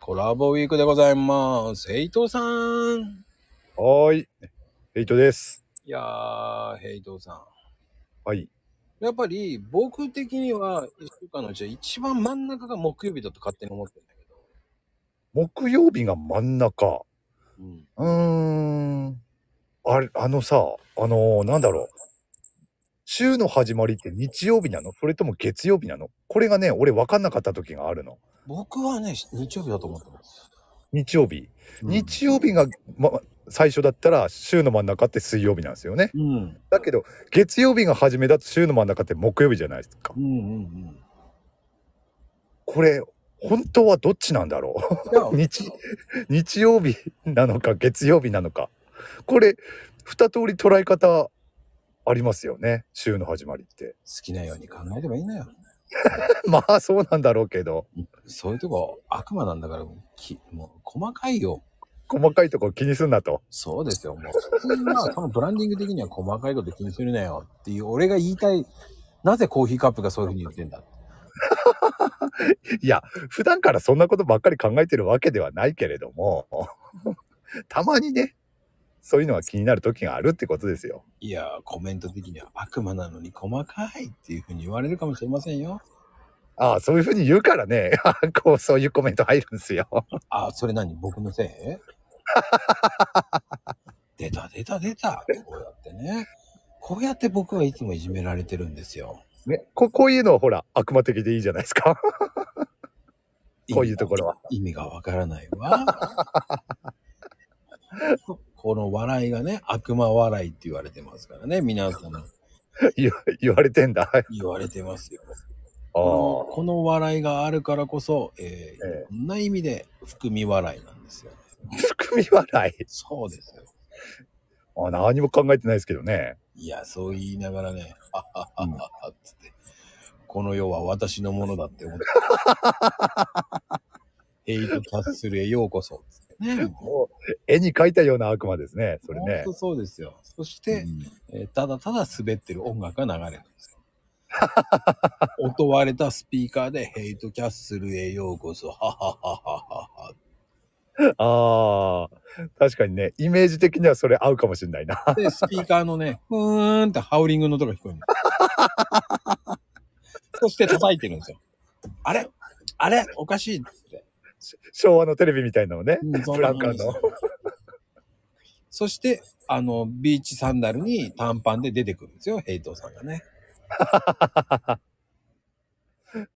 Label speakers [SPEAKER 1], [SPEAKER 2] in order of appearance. [SPEAKER 1] コラボウィークでございます。ヘイトさん。
[SPEAKER 2] はーい。エイトです。
[SPEAKER 1] いやー、ヘイトさ
[SPEAKER 2] はい。
[SPEAKER 1] ん。やっぱり僕的には1週間のうちで一番真ん中が木曜日だと勝手に思ってるんだけど。
[SPEAKER 2] 木曜日が真ん中。
[SPEAKER 1] うん。
[SPEAKER 2] うーん。あれ、あのさ、あのーなんだろう。週の始まりって日曜日なのそれとも月曜日なのこれがね、俺分かんなかった時があるの。
[SPEAKER 1] 僕はね、日曜日だと思ってます。
[SPEAKER 2] 日曜日。日曜日が、ま、最初だったら週の真ん中って水曜日なんですよね。
[SPEAKER 1] うん。
[SPEAKER 2] だけど、月曜日が初めだと週の真ん中って木曜日じゃないですか
[SPEAKER 1] うんう。ん
[SPEAKER 2] これ、本当はどっちなんだろう
[SPEAKER 1] うん。いや、
[SPEAKER 2] 日日曜日なのか月曜日なのかこれ二通り捉え方ありますよね週の始まりって
[SPEAKER 1] 好きなように考えればいいんだよ。
[SPEAKER 2] まあそうなんだろうけど
[SPEAKER 1] そういうとこ悪魔なんだから、きもう細かいよ。
[SPEAKER 2] 細かいとこ気にすんなと
[SPEAKER 1] そうですよ。もう普通にまあ、このブランディング的には細かいこと気にするなよっていう、俺が言いたい、なぜコーヒーカップがそういうふうに言ってんだ。
[SPEAKER 2] いや普段からそんなことばっかり考えてるわけではないけれども たまにねそういうのが気になる時があるってことですよ
[SPEAKER 1] いやー、コメント的には悪魔なのに細かいっていうふうに言われるかもしれませんよ。
[SPEAKER 2] ああそういうふうに言うからね こうそういうコメント入るんですよ
[SPEAKER 1] あ、それ何僕のせい 出た出た出た。こうやってね。こうやって僕はいつもいじめられてるんですよ。
[SPEAKER 2] ねここういうのはほら悪魔的でいいじゃないですか こういうところは
[SPEAKER 1] 意味がわからないわ。 この笑いがね、悪魔笑いって言われてますからね、皆さん
[SPEAKER 2] 言わ言われてんだ
[SPEAKER 1] 言われてますよ。
[SPEAKER 2] あ
[SPEAKER 1] こ
[SPEAKER 2] あ
[SPEAKER 1] のこの笑いがあるからこそ、えー
[SPEAKER 2] え
[SPEAKER 1] いろんな意味で含み笑いなんですよ。
[SPEAKER 2] 含み笑い。
[SPEAKER 1] そうですよ。
[SPEAKER 2] あ何も考えてないですけどね。
[SPEAKER 1] いや、そう言いながらね、あはははは、つって、この世は私のものだって思 って。ヘイトキャッスルへようこそ、つってね。
[SPEAKER 2] もう絵に描いたような悪魔ですね。それね
[SPEAKER 1] ほんと。そうですよ。そして、えーただただ滑ってる音楽が流れるん ですよ。音割れたスピーカーで、ヘイトキャッスルへようこそ、はははははは。
[SPEAKER 2] ああ、確かにね、イメージ的にはそれ合うかもしれない な。
[SPEAKER 1] で、スピーカーのね、ふーんってハウリングの音が聞こえるの。そして叩いてるんですよ。あれあれおかしいっつって。
[SPEAKER 2] し昭和のテレビみたいなのね。
[SPEAKER 1] うんそん
[SPEAKER 2] ブ
[SPEAKER 1] な
[SPEAKER 2] ラ
[SPEAKER 1] 感
[SPEAKER 2] ン
[SPEAKER 1] じ
[SPEAKER 2] カーの。
[SPEAKER 1] そして、あの、ビーチサンダルに短パンで出てくるんですよ、ヘイトさんがね。